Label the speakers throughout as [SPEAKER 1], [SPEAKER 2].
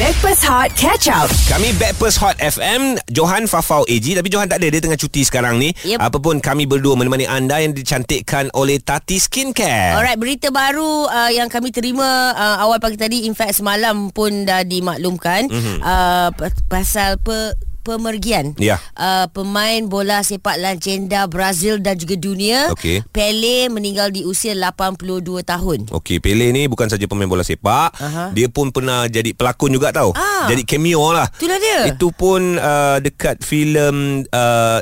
[SPEAKER 1] Backpass Hot Catch Up.
[SPEAKER 2] Kami Backpers Hot FM Johan Fafau AG Tapi Johan tak ada Dia tengah cuti sekarang ni
[SPEAKER 3] Yep.
[SPEAKER 2] Apa pun kami berdua Menemani anda Yang dicantikkan oleh Tati Skincare
[SPEAKER 3] Alright, berita baru uh, yang kami terima uh, awal pagi tadi in fact semalam pun dah dimaklumkan mm-hmm. uh, pa- pasal pe pemergian
[SPEAKER 2] Mhm. Ya.
[SPEAKER 3] uh, pemain bola sepak legenda Brazil dan juga dunia
[SPEAKER 2] Okey.
[SPEAKER 3] Pele meninggal di usia 82 tahun.
[SPEAKER 2] Okey, Pele ni bukan saja pemain bola sepak,
[SPEAKER 3] Aha.
[SPEAKER 2] dia pun pernah jadi pelakon juga tau.
[SPEAKER 3] Ah.
[SPEAKER 2] Jadi cameo lah.
[SPEAKER 3] Itulah dia.
[SPEAKER 2] Itu pun uh, dekat filem uh,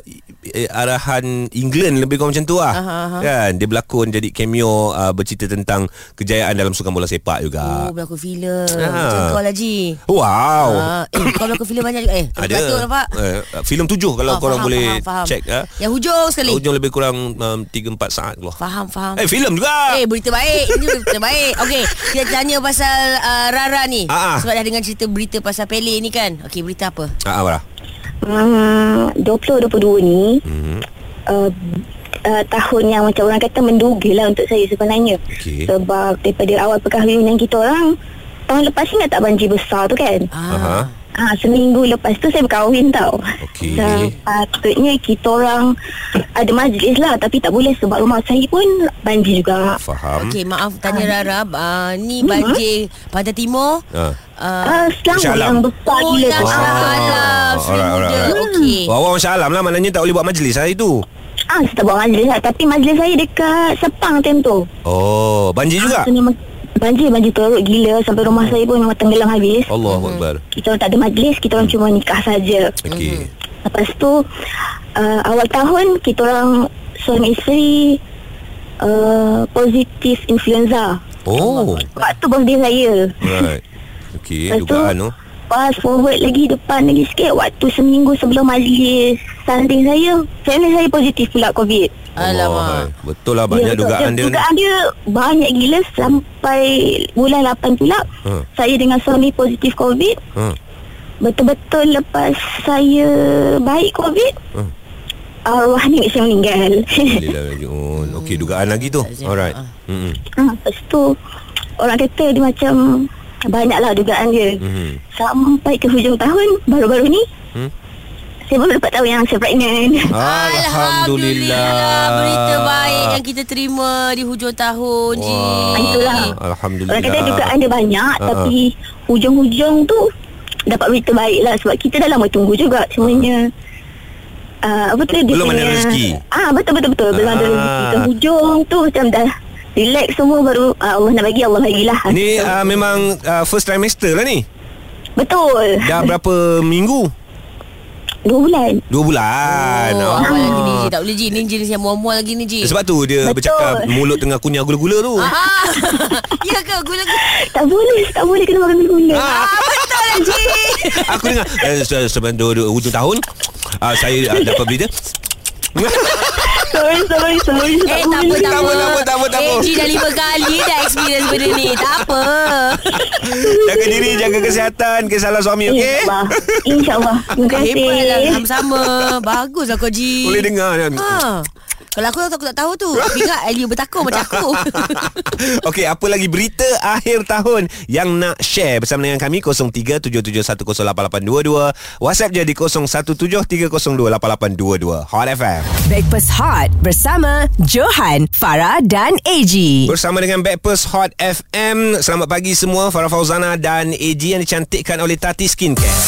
[SPEAKER 2] eh, arahan England lebih kurang macam tu lah.
[SPEAKER 3] Aha, aha.
[SPEAKER 2] Kan, dia berlakon jadi cameo uh, bercerita tentang kejayaan dalam sukan bola
[SPEAKER 3] Oh,
[SPEAKER 2] sepak juga.
[SPEAKER 3] berlakon filem.
[SPEAKER 2] Ah.
[SPEAKER 3] Macam kau lah Ji.
[SPEAKER 2] Wow.
[SPEAKER 3] Ah, eh, kau berlakon filem banyak juga. Eh,
[SPEAKER 2] Oh. Ada.
[SPEAKER 3] patut nampak.
[SPEAKER 2] Eh, filem tujuh kalau
[SPEAKER 3] Ah,
[SPEAKER 2] korang
[SPEAKER 3] faham,
[SPEAKER 2] boleh
[SPEAKER 3] faham, faham.
[SPEAKER 2] check. ah.
[SPEAKER 3] Yang hujung sekali.
[SPEAKER 2] Hujung lebih kurang um, 3-4 saat keluar.
[SPEAKER 3] Faham, faham.
[SPEAKER 2] Eh, filem juga.
[SPEAKER 3] Eh berita baik Ini berita baik Okey Kita tanya pasal uh, Rara ni
[SPEAKER 2] Ah, ah.
[SPEAKER 3] Sebab dah dengar cerita Berita pasal Pele ni kan Okey berita apa
[SPEAKER 2] Ah, Amara.
[SPEAKER 4] Uh, 2022 ni hmm. uh, uh, tahun yang macam orang kata menduga lah untuk saya sebenarnya
[SPEAKER 2] Okey.
[SPEAKER 4] sebab daripada awal perkahwinan kita orang tahun lepas ni tak banjir besar tu kan
[SPEAKER 3] Ah,
[SPEAKER 2] Aha.
[SPEAKER 4] Ha, seminggu lepas tu saya berkahwin tau
[SPEAKER 2] Okey.
[SPEAKER 4] Dan patutnya kita orang ada majlis lah tapi tak boleh sebab rumah saya pun banjir juga
[SPEAKER 2] Faham.
[SPEAKER 3] Ah, Okey maaf Tanya Rara uh, Ni banjir Pantai Timur
[SPEAKER 2] Ah.
[SPEAKER 3] uh,
[SPEAKER 4] uh,
[SPEAKER 2] Masya
[SPEAKER 4] Selangor
[SPEAKER 2] Allah.
[SPEAKER 4] yang besar
[SPEAKER 3] Oh
[SPEAKER 4] gila
[SPEAKER 3] lah
[SPEAKER 4] tu
[SPEAKER 2] Wah.
[SPEAKER 3] Alam
[SPEAKER 2] Ah.
[SPEAKER 3] Semuda
[SPEAKER 2] Alright, alright, alright.
[SPEAKER 3] Okey
[SPEAKER 2] Wah, wah, Masya Allah lah Maknanya tak boleh buat majlis hari tu
[SPEAKER 4] Ah, saya tak buat majlis lah Tapi majlis saya dekat Sepang time tu
[SPEAKER 2] Oh
[SPEAKER 3] Ah,
[SPEAKER 2] Banjir juga
[SPEAKER 4] So, memang banjir-banjir teruk gila Sampai rumah saya pun memang tenggelam habis
[SPEAKER 2] Allah
[SPEAKER 3] Hmm.
[SPEAKER 2] Akbar
[SPEAKER 4] Kita orang tak ada majlis Kita orang cuma nikah saja
[SPEAKER 2] Okey
[SPEAKER 3] Hmm.
[SPEAKER 4] Lepas tu uh, Awal tahun Kita orang suami isteri uh, Positif influenza
[SPEAKER 2] Oh
[SPEAKER 4] Waktu birthday saya
[SPEAKER 2] Right Okey
[SPEAKER 4] Lepas tu
[SPEAKER 2] Dugaan tu
[SPEAKER 4] Fast forward lagi Depan lagi sikit Waktu seminggu sebelum majlis Sanding saya Family saya positif pula covid Ya,
[SPEAKER 2] Allah, hai.
[SPEAKER 3] Alamak Ya,
[SPEAKER 2] Betul lah banyak
[SPEAKER 4] betul.
[SPEAKER 2] dugaan dia ni
[SPEAKER 4] Dugaan dia banyak gila sampai bulan 8 pula.
[SPEAKER 2] Ha.
[SPEAKER 4] Saya dengan suami positif COVID.
[SPEAKER 2] ha.
[SPEAKER 4] Betul-betul lepas saya baik COVID,
[SPEAKER 2] Ha.
[SPEAKER 4] arwah ni saya meninggal.
[SPEAKER 2] Alhamdulillah, rajiun. Okey
[SPEAKER 3] Hmm.
[SPEAKER 2] dugaan lagi tu
[SPEAKER 3] Tak siap.
[SPEAKER 2] Alright Hmm,
[SPEAKER 3] Ah.
[SPEAKER 2] Mm-mm.
[SPEAKER 4] ha, lepas tu orang kata dia macam banyaklah dugaan dia.
[SPEAKER 2] Mhm.
[SPEAKER 4] Sampai ke hujung tahun baru-baru ni,
[SPEAKER 2] Hmm.
[SPEAKER 4] saya baru dapat tahu yang saya pregnant.
[SPEAKER 2] Alhamdulillah
[SPEAKER 3] Ah. Berita baik yang kita terima Di hujung tahun Ji
[SPEAKER 2] Wah.
[SPEAKER 4] Itulah.
[SPEAKER 2] Alhamdulillah
[SPEAKER 4] Orang kata dugaan dia banyak
[SPEAKER 2] Ya. Ha, ha.
[SPEAKER 4] uh-huh. Tapi hujung-hujung tu Dapat berita baik lah Sebab kita dah lama tunggu juga Cumanya uh, Apa tu dia
[SPEAKER 2] Ha, Belum ada
[SPEAKER 4] punya-
[SPEAKER 2] rezeki.
[SPEAKER 4] Ah Betul-betul-betul Belum ada
[SPEAKER 2] Ah.
[SPEAKER 4] rezeki Ke hujung tu macam dah Relax semua baru ah, Allah nak bagi Allah bagilah
[SPEAKER 2] Ini uh, memang uh, first trimester lah ni
[SPEAKER 4] Betul
[SPEAKER 2] Dah berapa minggu?
[SPEAKER 4] Dua bulan
[SPEAKER 2] Dua bulan
[SPEAKER 3] Oh,
[SPEAKER 2] Ah.
[SPEAKER 3] awal lagi ni Ji Tak boleh Ji Ni jenis yang mual-mual lagi ni Ji
[SPEAKER 2] Sebab tu dia
[SPEAKER 4] Betul.
[SPEAKER 2] bercakap mulut tengah kunyah gula-gula tu.
[SPEAKER 3] Ah, ya ke gula-gula
[SPEAKER 4] Tak boleh Tak boleh kena makan gula
[SPEAKER 2] Ah.
[SPEAKER 3] Betul lah Ji
[SPEAKER 2] Aku dengar eh, se- sebelum dua- dua- hujung tahun ah, saya ah, dapat berita.
[SPEAKER 4] Sorry sorry sorry
[SPEAKER 3] Eh tak apa tak
[SPEAKER 2] Tak
[SPEAKER 3] apa
[SPEAKER 2] apa, tak apa, tak apa, tak apa.
[SPEAKER 3] Eh Ji dah lima kali dah experience benda ni Tak apa
[SPEAKER 2] jaga diri, jaga kesihatan, kesalahan suami okey.
[SPEAKER 4] InsyaAllah InsyaAllah Terima kasih
[SPEAKER 3] Hebat lah sama-sama Bagus lah kau Ji
[SPEAKER 2] Boleh dengar kan.
[SPEAKER 3] ha. Kalau aku aku tak tahu tu Ingat Eliu bertakar macam aku
[SPEAKER 2] Okey, apa lagi berita akhir tahun yang nak share bersama dengan kami 0377108822. WhatsApp je di 0173028822. Hot FM.
[SPEAKER 1] Backpass Hot bersama Johan, Farah dan AG.
[SPEAKER 2] Bersama dengan Backpers Hot FM Selamat pagi semua Farah Fauzana dan AG Yang dicantikkan oleh Tati Skincare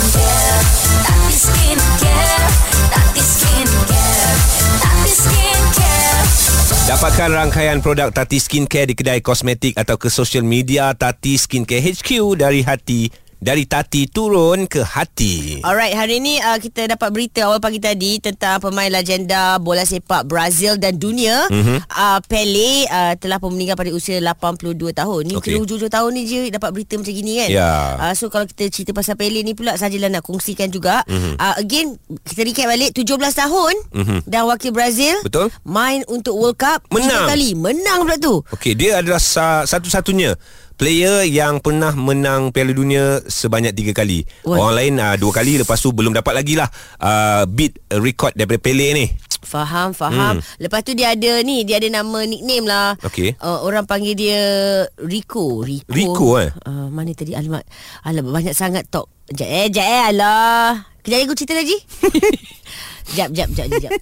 [SPEAKER 5] Tati Skincare Tati Skincare Tati Skincare
[SPEAKER 2] Dapatkan rangkaian produk Tati Skincare Di kedai kosmetik atau ke social media Tati Skincare HQ Dari hati Dari Tati turun ke hati
[SPEAKER 3] Alright hari ni uh, kita dapat berita awal pagi tadi Tentang pemain legenda bola sepak Brazil dan dunia
[SPEAKER 2] Mhm.
[SPEAKER 3] mm-hmm. uh, Pele uh, telah pun meninggal pada usia 82 tahun Ni
[SPEAKER 2] Okey.
[SPEAKER 3] okay. hujung-hujung tahun ni je dapat berita macam gini kan
[SPEAKER 2] Ya.
[SPEAKER 3] uh, So kalau kita cerita pasal Pele ni pula Sajalah nak kongsikan juga
[SPEAKER 2] Mhm.
[SPEAKER 3] mm-hmm. uh, Again kita recap balik 17 tahun mm-hmm. Dah wakil Brazil
[SPEAKER 2] Betul.
[SPEAKER 3] Main untuk World Cup
[SPEAKER 2] Menang.
[SPEAKER 3] tiga kali Menang pula tu
[SPEAKER 2] Okey, dia adalah sa- satu-satunya player yang pernah menang Piala Dunia sebanyak tiga kali. ah,
[SPEAKER 3] Wah.
[SPEAKER 2] Orang lain uh, dua kali lepas tu belum dapat lagi lah uh, beat record ah, daripada Pele ni.
[SPEAKER 3] Faham, faham. Hmm. Lepas tu dia ada ni, dia ada nama nickname lah.
[SPEAKER 2] Okey.
[SPEAKER 3] Uh, orang panggil dia Rico. Rico,
[SPEAKER 2] Rico, eh?
[SPEAKER 3] Uh, mana tadi alamat? Alamak, banyak sangat talk. Sekejap eh, sekejap eh. Alah. Kejap lagi aku cerita lagi. Sekejap, sekejap, sekejap, sekejap.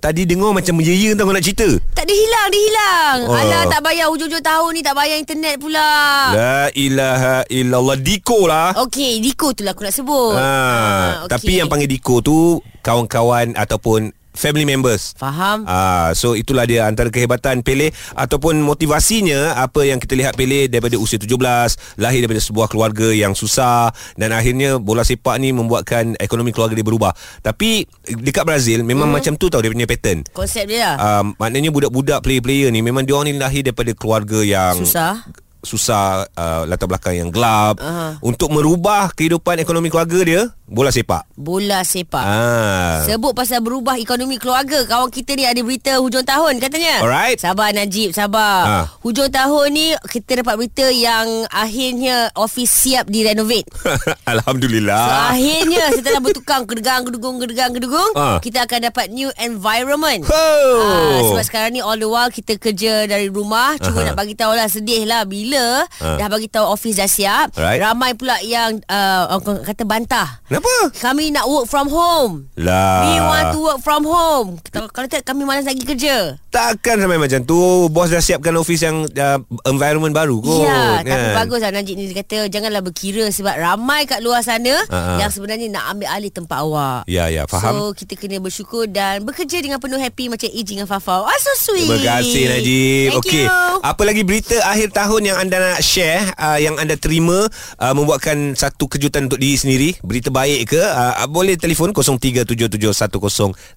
[SPEAKER 2] Tadi dengar macam menyeya tau kau nak cerita.
[SPEAKER 3] Tak dia hilang, dia hilang.
[SPEAKER 2] Oh.
[SPEAKER 3] Oh. Alah, tak bayar hujung-hujung tahun ni, tak bayar internet pula.
[SPEAKER 2] La ilaha illallah Diko lah.
[SPEAKER 3] Okey, Rico tu lah aku nak sebut.
[SPEAKER 2] Ha,
[SPEAKER 3] Ah, okey.
[SPEAKER 2] Tapi yang panggil Diko tu kawan-kawan ataupun family members.
[SPEAKER 3] Faham?
[SPEAKER 2] Ah, so itulah dia antara kehebatan Pele ataupun motivasinya apa yang kita lihat Pele daripada usia 17, lahir daripada sebuah keluarga yang susah dan akhirnya bola sepak ni membuatkan ekonomi keluarga dia berubah. Tapi dekat Brazil memang
[SPEAKER 3] Mm.
[SPEAKER 2] hmm. macam tu tau dia punya pattern.
[SPEAKER 3] Konsep dia lah.
[SPEAKER 2] Um, maknanya budak-budak player-player ni memang diorang ni lahir daripada keluarga yang
[SPEAKER 3] Susah.
[SPEAKER 2] susah uh, latar belakang yang gelap
[SPEAKER 3] Aha.
[SPEAKER 2] untuk merubah kehidupan ekonomi keluarga dia bola sepak.
[SPEAKER 3] Bola sepak.
[SPEAKER 2] Ah.
[SPEAKER 3] Sebut pasal berubah ekonomi keluarga Kawan kita ni ada berita hujung tahun katanya
[SPEAKER 2] Alright.
[SPEAKER 3] Sabar Najib, sabar
[SPEAKER 2] Ha.
[SPEAKER 3] Hujung tahun ni kita dapat berita yang akhirnya office siap direnovate So,
[SPEAKER 2] Alhamdulillah.
[SPEAKER 3] akhirnya setelah bertukang kedegang kedugung kedegang kedugung
[SPEAKER 2] Ah.
[SPEAKER 3] kita akan dapat new environment.
[SPEAKER 2] Ho!
[SPEAKER 3] Ah, sebab sekarang ni all the while kita kerja dari rumah cuma
[SPEAKER 2] Aha.
[SPEAKER 3] nak bagi tahu lah sedih lah bila
[SPEAKER 2] Ah.
[SPEAKER 3] dah bagi tahu office dah siap
[SPEAKER 2] Alright.
[SPEAKER 3] ramai pula yang uh, orang kata bantah.
[SPEAKER 2] Kenapa?
[SPEAKER 3] Kami nak work from home.
[SPEAKER 2] Lah.
[SPEAKER 3] We want to work from home. Kita, kalau tak kami malas nak pergi kerja.
[SPEAKER 2] Takkan sampai macam tu Bos dah siapkan office yang uh, Environment baru kot
[SPEAKER 3] ya,
[SPEAKER 2] kan?
[SPEAKER 3] tapi bagus lah Najib ni dia kata janganlah berkira sebab ramai kat luar sana
[SPEAKER 2] Ah, ah.
[SPEAKER 3] yang sebenarnya nak ambil alih tempat awak.
[SPEAKER 2] Ya, ya,
[SPEAKER 3] So
[SPEAKER 2] faham
[SPEAKER 3] kita kena bersyukur dan bekerja dengan penuh happy macam Iji dengan Fafau. Ah so sweet.
[SPEAKER 2] Terima kasih Najib
[SPEAKER 3] Thank
[SPEAKER 2] Okey. Ah.
[SPEAKER 3] you.
[SPEAKER 2] Apa lagi berita akhir tahun yang anda nak share uh, Yang anda terima uh, Membuatkan satu kejutan untuk diri sendiri Berita baik ke uh, uh, Boleh telefon 0377108822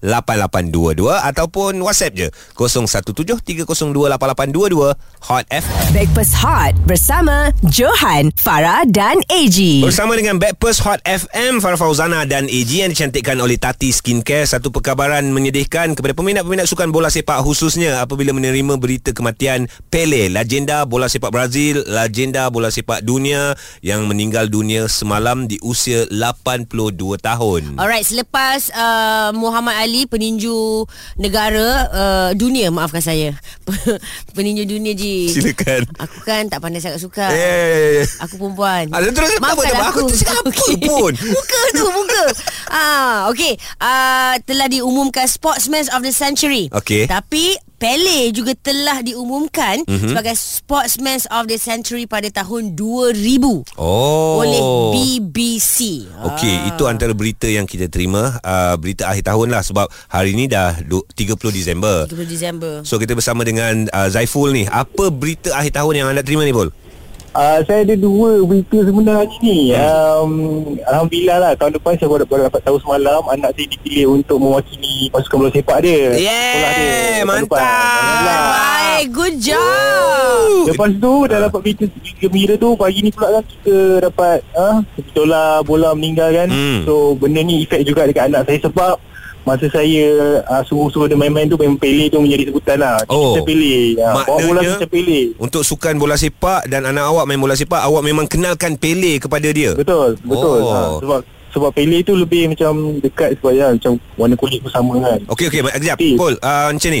[SPEAKER 2] Ataupun WhatsApp je 0173028822 Hot FM
[SPEAKER 1] Breakfast Hot bersama Johan, Farah dan AG.
[SPEAKER 2] Bersama dengan Backpers Hot FM Farah Fauzana dan AG yang dicantikkan oleh Tati Skincare Satu perkabaran menyedihkan kepada peminat-peminat sukan bola sepak khususnya Apabila menerima berita kematian Pele Legenda bola sepak Brazil Legenda bola sepak dunia Yang meninggal dunia semalam di usia 82 tahun
[SPEAKER 3] Alright, selepas uh, Muhammad Ali peninju negara uh, dunia, maafkan saya. peninju dunia ji.
[SPEAKER 2] Silakan
[SPEAKER 3] Aku kan tak pandai sangat suka.
[SPEAKER 2] Eh
[SPEAKER 3] Aku perempuan.
[SPEAKER 2] Ah, terus, tak apa,
[SPEAKER 3] Maafkan
[SPEAKER 2] tak apa. Aku cakap apa pun.
[SPEAKER 3] muka tu, muka. ah, okey. Ah, telah diumumkan Sportsman of the Century.
[SPEAKER 2] Okey.
[SPEAKER 3] Tapi Pele juga telah diumumkan
[SPEAKER 2] Mhm.
[SPEAKER 3] mm-hmm. sebagai Sportsman of the Century pada tahun 2000
[SPEAKER 2] Oh
[SPEAKER 3] oleh BBC.
[SPEAKER 2] Okey, ah. itu antara berita yang kita terima uh, Berita akhir tahun lah Sebab hari ni dah du- 30 Disember
[SPEAKER 3] 30 Disember.
[SPEAKER 2] So kita bersama dengan uh, Zaiful ni. Apa berita akhir tahun yang anda terima ni, Bol?
[SPEAKER 6] Uh, saya ada dua berita sebenarnya ni.
[SPEAKER 2] Hmm.
[SPEAKER 6] Um, Alhamdulillah lah tahun depan saya baru, baru dapat tahu semalam anak saya dipilih untuk mewakili pasukan bola sepak dia.
[SPEAKER 2] Yeah,
[SPEAKER 6] Sekolah dia tahun
[SPEAKER 2] mantap.
[SPEAKER 6] depan. Alhamdulillah.
[SPEAKER 3] Baik, good job.
[SPEAKER 6] Lepas tu dah dapat berita gembira tu pagi ni pula kan kita dapat ah betul lah bola meninggal kan.
[SPEAKER 2] Hmm.
[SPEAKER 6] So benda ni efek juga dekat anak saya sebab masa saya uh, suruh-suruh dia main-main tu main Pele tu menjadi sebutan lah. Jadi
[SPEAKER 2] Oh.
[SPEAKER 6] Kita Pele. Uh, bawa bola
[SPEAKER 2] Maknanya-
[SPEAKER 6] kita Pele.
[SPEAKER 2] Untuk sukan bola sepak dan anak awak main bola sepak, awak memang kenalkan Pele kepada dia.
[SPEAKER 6] Betul, betul.
[SPEAKER 2] Oh.
[SPEAKER 6] Oh. Ha, sebab sebab Pele tu lebih macam dekat sebab ya macam warna kulit pun sama kan.
[SPEAKER 2] Okey okey, kejap.
[SPEAKER 6] Betul.
[SPEAKER 2] Bol, uh, macam ni.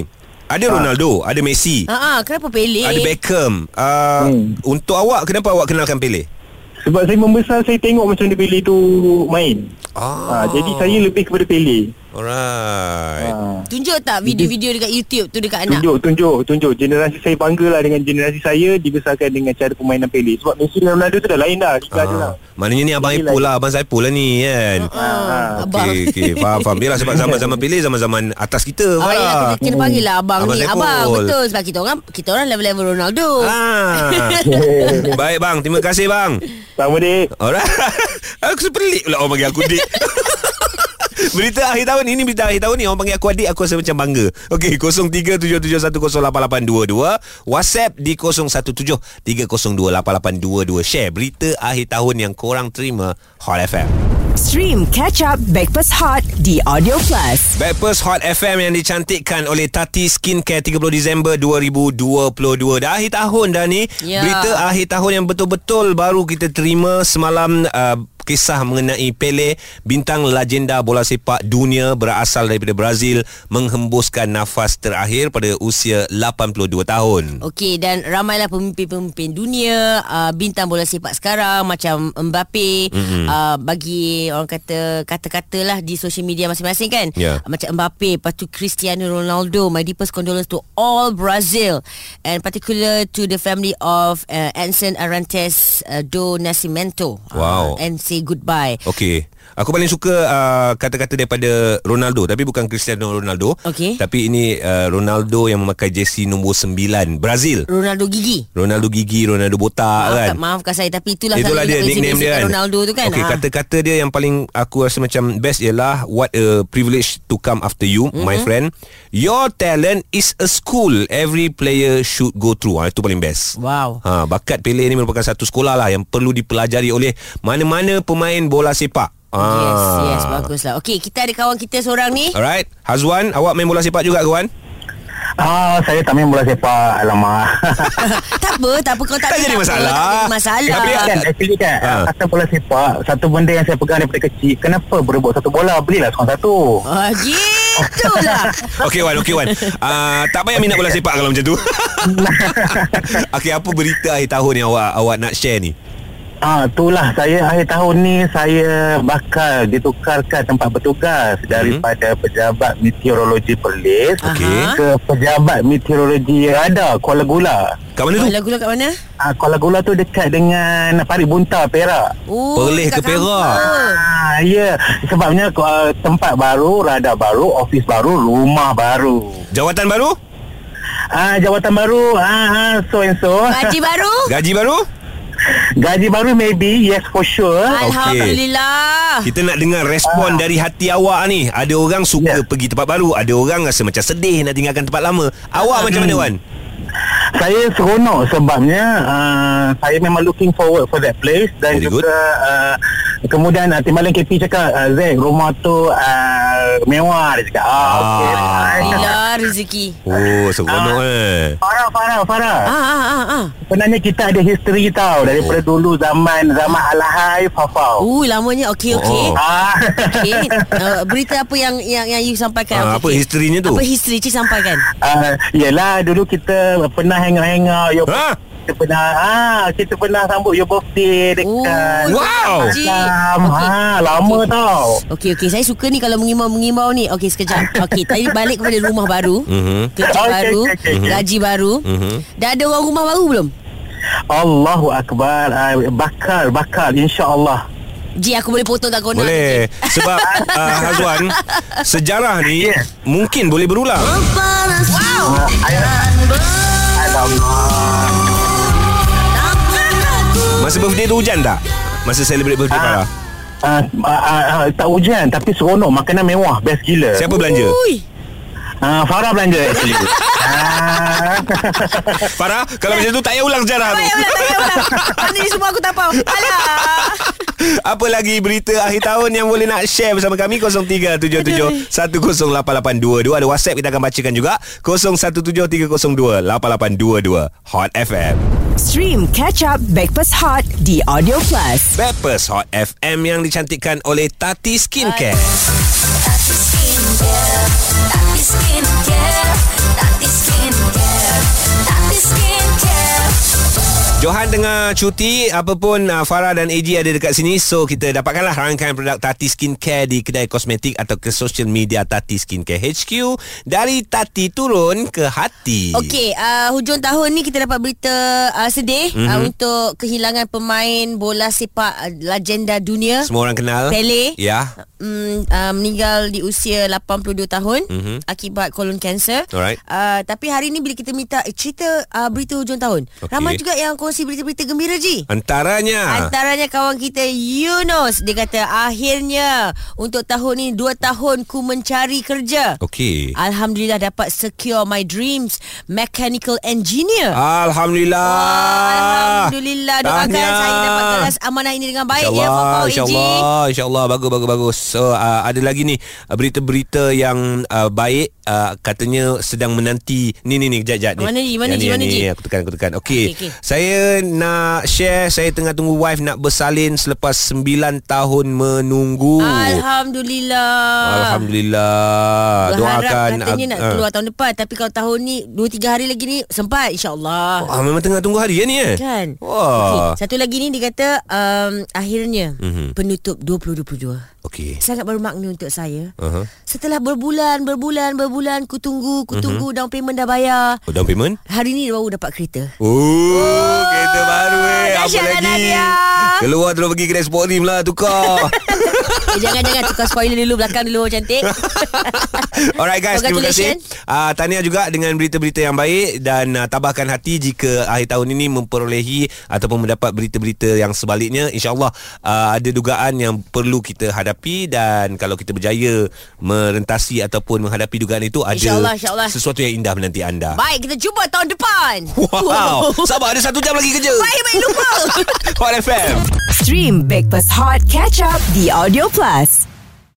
[SPEAKER 2] Ada
[SPEAKER 6] Ha.
[SPEAKER 2] Ronaldo, ada Messi,
[SPEAKER 3] Ha ah, kenapa Pele?
[SPEAKER 2] ada Beckham. Uh,
[SPEAKER 6] Hmm.
[SPEAKER 2] untuk awak kenapa awak kenalkan Pele?
[SPEAKER 6] Sebab saya membesar saya tengok macam mana Pele tu main.
[SPEAKER 2] Ah.
[SPEAKER 6] Ha, jadi saya lebih kepada Pele.
[SPEAKER 2] Alright.
[SPEAKER 6] Ha.
[SPEAKER 3] Tunjuk tak video-video dekat YouTube tu dekat anak?
[SPEAKER 6] Tunjuk, tunjuk, tunjuk. Generasi saya banggalah dengan generasi saya dibesarkan dengan cara permainan Pele. Sebab Messi dan Ronaldo tu dah lain dah. Liga tu lah.
[SPEAKER 2] Ah. Maknanya ni Abang
[SPEAKER 6] Pele
[SPEAKER 2] Ipul lah Abang Saipul lah ni kan
[SPEAKER 3] Ah, abang.
[SPEAKER 2] Okey okey faham faham Yelah sebab zaman-zaman Pele Zaman-zaman atas kita
[SPEAKER 3] Ah, yelah,
[SPEAKER 2] Farah.
[SPEAKER 3] kita kena panggil lah abang, abang
[SPEAKER 2] Abang
[SPEAKER 3] ni.
[SPEAKER 2] Saiful.
[SPEAKER 3] Abang, betul. Sebab kita orang kita orang level-level Ronaldo.
[SPEAKER 2] Ah. Baik bang, terima kasih bang.
[SPEAKER 6] Sama dek.
[SPEAKER 2] Alright. Aku sepelik pula orang panggil aku dik. Berita akhir tahun ini Berita akhir tahun ni Orang panggil aku adik Aku rasa macam bangga Okey 0377108822 Whatsapp di 0173028822 Share berita akhir tahun Yang korang terima Hot FM
[SPEAKER 1] Stream catch up Breakfast Hot di Audio Plus.
[SPEAKER 2] Backpers Hot FM yang dicantikkan oleh Tati Skincare 30 Disember 2022. Dah akhir tahun dah ni.
[SPEAKER 3] Ya.
[SPEAKER 2] Berita akhir tahun yang betul-betul baru kita terima semalam uh, kisah mengenai Pele, bintang legenda bola sepak dunia berasal daripada Brazil menghembuskan nafas terakhir pada usia 82 tahun.
[SPEAKER 3] Okey dan ramailah pemimpin-pemimpin dunia uh, bintang bola sepak sekarang macam Mbappe mm-hmm. uh, bagi orang kata kata-katalah di social media masing-masing kan
[SPEAKER 2] Ya.
[SPEAKER 3] macam Mbappe lepas tu Cristiano Ronaldo my deepest condolence to all Brazil and particular to the family of uh, Anson Arantes uh, do Nascimento
[SPEAKER 2] Wow.
[SPEAKER 3] uh, and say goodbye
[SPEAKER 2] Okey. Aku paling suka uh, kata-kata daripada Ronaldo tapi bukan Cristiano Ronaldo.
[SPEAKER 3] Okey.
[SPEAKER 2] Tapi ini uh, Ronaldo yang memakai jersey nombor 9 Brazil.
[SPEAKER 3] Ronaldo gigi
[SPEAKER 2] Ronaldo gigi, Ronaldo botak
[SPEAKER 3] Maafkan,
[SPEAKER 2] kan.
[SPEAKER 3] maafkan saya tapi itulah selalu
[SPEAKER 2] Itulah dia
[SPEAKER 3] lah nak
[SPEAKER 2] nickname dia
[SPEAKER 3] basic-basickan
[SPEAKER 2] kan.
[SPEAKER 3] Ronaldo tu kan
[SPEAKER 2] Okey,
[SPEAKER 3] Ah.
[SPEAKER 2] kata-kata dia yang paling aku rasa macam best ialah what a privilege to come after you, mm-hmm.
[SPEAKER 3] Mhm.
[SPEAKER 2] my friend. Your talent is a school every player should go through. Ha, itu paling best.
[SPEAKER 3] wow
[SPEAKER 2] Ha, bakat Pele ni merupakan satu sekolah lah yang perlu dipelajari oleh mana-mana pemain bola sepak. Ha.
[SPEAKER 3] Yes, yes, baguslah. Okey, kita ada kawan kita seorang ni.
[SPEAKER 2] Alright Hazwan Awak main bola sepak juga kawan
[SPEAKER 6] Ah, saya tak main bola sepak. Alamak.
[SPEAKER 3] tak apa, tak apa kau tak,
[SPEAKER 2] Tak jadi
[SPEAKER 3] kenapa,
[SPEAKER 2] masalah.
[SPEAKER 3] Tak jadi masalah.
[SPEAKER 2] Tapi
[SPEAKER 6] kan Actually kan
[SPEAKER 2] Ha.
[SPEAKER 6] ha. Pasal bola sepak Satu benda yang saya pegang daripada kecil Kenapa berebut satu bola Belilah seorang satu
[SPEAKER 3] Ah, gitulah.
[SPEAKER 2] Okay Wan Okay Wan uh, Tak payah minat bola sepak Kalau macam tu Okay apa berita akhir tahun Yang awak awak nak share ni
[SPEAKER 6] Ah, itulah saya akhir tahun ni saya bakal ditukarkan tempat bertugas mm-hmm. daripada pejabat meteorologi Perlis
[SPEAKER 2] Okey.
[SPEAKER 6] ke pejabat meteorologi radar Kuala Gula.
[SPEAKER 2] Kat mana tu
[SPEAKER 3] Lagu gula kat mana?
[SPEAKER 6] Ah, Kuala Gula tu dekat dengan Parit Bunta Perak.
[SPEAKER 3] Oh,
[SPEAKER 2] Perlis
[SPEAKER 3] dekat
[SPEAKER 2] ke Perak?
[SPEAKER 3] kampung.
[SPEAKER 6] Ah, ya, sebabnya uh, tempat baru, radar baru, office baru, rumah baru.
[SPEAKER 2] Jawatan baru
[SPEAKER 6] Ah, jawatan baru, ah, ah so and so.
[SPEAKER 3] Gaji baru?
[SPEAKER 2] Gaji baru
[SPEAKER 6] Gaji baru maybe, yes for sure.
[SPEAKER 3] Alhamdulillah.
[SPEAKER 2] Kita nak dengar respon dari hati awak ni Ada orang suka
[SPEAKER 6] Ya.
[SPEAKER 2] pergi tempat baru Ada orang rasa macam sedih Nak tinggalkan tempat lama Awak macam mana Wan
[SPEAKER 6] Saya seronok sebabnya uh, saya memang looking forward for that place dan
[SPEAKER 2] Very good.
[SPEAKER 6] juga uh, kemudian uh, timbalan KP cakap uh, Zack rumah tu uh, mewah dia cakap. Ah, okey.
[SPEAKER 2] Ah.
[SPEAKER 3] Alhamdulillah rezeki.
[SPEAKER 2] Oh seronok eh
[SPEAKER 6] Farah, Farah, Farah.
[SPEAKER 3] Ah, ah, ah, ah.
[SPEAKER 6] Sebenarnya kita ada history tau daripada
[SPEAKER 2] Oh.
[SPEAKER 6] dulu zaman zaman alahai fafau.
[SPEAKER 3] Oh, lamanya. Okey, okey.
[SPEAKER 2] Oh.
[SPEAKER 6] Ah.
[SPEAKER 3] Okey. Uh, berita apa yang yang yang you sampaikan?
[SPEAKER 2] Ah,
[SPEAKER 3] Okey,
[SPEAKER 2] apa
[SPEAKER 3] okey.
[SPEAKER 2] historinya tu?
[SPEAKER 3] Apa history cik sampaikan?
[SPEAKER 6] Uh, yelah dulu kita pernah hangout-hangout yo,
[SPEAKER 2] Ha?
[SPEAKER 6] kita pernah ah kita pernah sambut your birthday dekat
[SPEAKER 3] Oh,
[SPEAKER 2] Wow.
[SPEAKER 6] eh,
[SPEAKER 3] Cik.
[SPEAKER 6] Asam. Ha, lama
[SPEAKER 3] Okey.
[SPEAKER 6] tau.
[SPEAKER 3] Okey okey saya suka ni kalau mengimbau-mengimbau ni. Okey sekejap. Okey tadi balik kepada rumah baru.
[SPEAKER 2] Mhm.
[SPEAKER 3] Kerja
[SPEAKER 6] Okey,
[SPEAKER 3] baru,
[SPEAKER 6] okey, okey, okey.
[SPEAKER 3] gaji baru.
[SPEAKER 2] Mhm.
[SPEAKER 3] Dah ada orang rumah baru belum?
[SPEAKER 6] Allahu akbar. Ah, bakal bakal insya-Allah.
[SPEAKER 3] Ji aku boleh potong tak kau nak?
[SPEAKER 2] Boleh Sebab uh, Hazwan Sejarah ni
[SPEAKER 6] Ya.
[SPEAKER 2] Mungkin boleh berulang
[SPEAKER 6] Alamak.
[SPEAKER 2] Masa birthday tu hujan tak? Masa celebrate birthday
[SPEAKER 6] Ah.
[SPEAKER 2] Farah
[SPEAKER 6] Ah, ah, ah, ah, tak hujan tapi seronok makanan mewah best gila.
[SPEAKER 2] Siapa belanja?
[SPEAKER 3] Ui.
[SPEAKER 6] Ah, Farah belanja actually. ah,
[SPEAKER 2] Farah, kalau macam tu tak payah ulang sejarah tu
[SPEAKER 3] Ya. Tak payah tak payah Mana ni semua aku tak faham. Alah.
[SPEAKER 2] Apa lagi berita akhir tahun yang boleh nak share bersama kami 0377108822 Ada WhatsApp kita akan bacakan juga 0173028822 Hot FM
[SPEAKER 1] Stream Catch Up Backpass Hot di Audio Plus.
[SPEAKER 2] Bappers Hot FM yang dicantikkan oleh Tati Skincare
[SPEAKER 5] Tati skincare, Tati skincare, Tati skincare, Tati skincare.
[SPEAKER 2] Johan tengah cuti Apapun uh, Farah dan AG ada dekat sini So kita dapatkanlah rangkaian produk Tati Skincare Di kedai kosmetik atau ke social media Tati Skincare HQ Dari Tati turun ke hati
[SPEAKER 3] Okey, uh, hujung tahun ni kita dapat berita uh, sedih mm-hmm.
[SPEAKER 2] Mhm.
[SPEAKER 3] uh, untuk kehilangan pemain bola sepak uh, legenda dunia.
[SPEAKER 2] Semua orang kenal
[SPEAKER 3] Pele.
[SPEAKER 2] Ya
[SPEAKER 3] mm, uh, meninggal di usia 82 tahun
[SPEAKER 2] Mhm.
[SPEAKER 3] mm-hmm. akibat kolon kanser.
[SPEAKER 2] Alright.
[SPEAKER 3] Uh, tapi hari ni bila kita minta eh, cerita uh, berita hujung tahun,
[SPEAKER 2] Okey. Ah.
[SPEAKER 3] okay. ramai juga yang kongsi berita-berita gembira ji.
[SPEAKER 2] Antaranya
[SPEAKER 3] Antaranya kawan kita Yunus Dia kata Akhirnya Untuk tahun ni Dua tahun ku mencari kerja
[SPEAKER 2] Okey
[SPEAKER 3] Alhamdulillah dapat secure my dreams Mechanical engineer
[SPEAKER 2] Ah. Alhamdulillah
[SPEAKER 3] Alhamdulillah Doakan
[SPEAKER 2] Tahniah.
[SPEAKER 3] saya dapat galas amanah ini dengan baik ya
[SPEAKER 2] InsyaAllah
[SPEAKER 3] Fafau
[SPEAKER 2] InsyaAllah InsyaAllah Bagus bagus bagus So uh, ada lagi ni uh, Berita-berita yang uh, baik uh, Katanya sedang menanti Ni ni ni Kejap kejap ni
[SPEAKER 3] Mana ni? Mana
[SPEAKER 2] Yang
[SPEAKER 3] Ji?
[SPEAKER 2] yang
[SPEAKER 3] Mana Ji?
[SPEAKER 2] Aku tekan aku tekan Okey
[SPEAKER 3] Okey,
[SPEAKER 2] okay,
[SPEAKER 3] okey.
[SPEAKER 2] Saya saya nak share Saya tengah tunggu wife nak bersalin Selepas 9 tahun menunggu
[SPEAKER 3] Alhamdulillah.
[SPEAKER 2] Alhamdulillah
[SPEAKER 3] Berharap
[SPEAKER 2] Doakan
[SPEAKER 3] katanya
[SPEAKER 2] ag-
[SPEAKER 3] nak
[SPEAKER 2] ah.
[SPEAKER 3] keluar tahun depan Tapi kalau tahun ni 2-3 hari lagi ni Sempat insyaAllah
[SPEAKER 2] Ah, memang tengah tunggu hari ya ni eh
[SPEAKER 3] Kan
[SPEAKER 2] Wah
[SPEAKER 3] Satu lagi ni dia kata um, Akhirnya
[SPEAKER 2] Mhm.
[SPEAKER 3] mm-hmm. Penutup 2022
[SPEAKER 2] Okey
[SPEAKER 3] Sangat bermakna untuk saya
[SPEAKER 2] Aha.
[SPEAKER 3] Setelah berbulan, berbulan, berbulan Ku tunggu,
[SPEAKER 2] Mhm.
[SPEAKER 3] ku tunggu mm-hmm. Down payment dah bayar
[SPEAKER 2] oh, Down payment
[SPEAKER 3] Hari ni baru dapat kereta
[SPEAKER 2] Oh, kereta baru eh Apa
[SPEAKER 3] dahsyat lah,
[SPEAKER 2] lagi
[SPEAKER 3] Nadia.
[SPEAKER 2] Keluar terus pergi kedai sport rim lah Tukar
[SPEAKER 3] eh, Jangan-jangan tukar spoiler dulu Belakang dulu cantik
[SPEAKER 2] Alright guys, terima kasih.
[SPEAKER 3] Congratulations.
[SPEAKER 2] Uh, tahniah juga dengan berita-berita yang baik dan uh, tabahkan hati jika akhir tahun ini memperolehi ataupun mendapat berita-berita yang sebaliknya. InsyaAllah uh, ada dugaan yang perlu kita hadapi dan kalau kita berjaya merentasi ataupun menghadapi dugaan itu ada
[SPEAKER 3] InsyaAllah, insyaAllah.
[SPEAKER 2] sesuatu yang indah menanti anda.
[SPEAKER 3] Baik, kita jumpa tahun depan
[SPEAKER 2] Wow, sabar ada satu jam lagi kerja.
[SPEAKER 3] Baik, baik lupa
[SPEAKER 2] Hot FM.
[SPEAKER 1] Stream Breakfast Hot Catch Up The Audio Plus.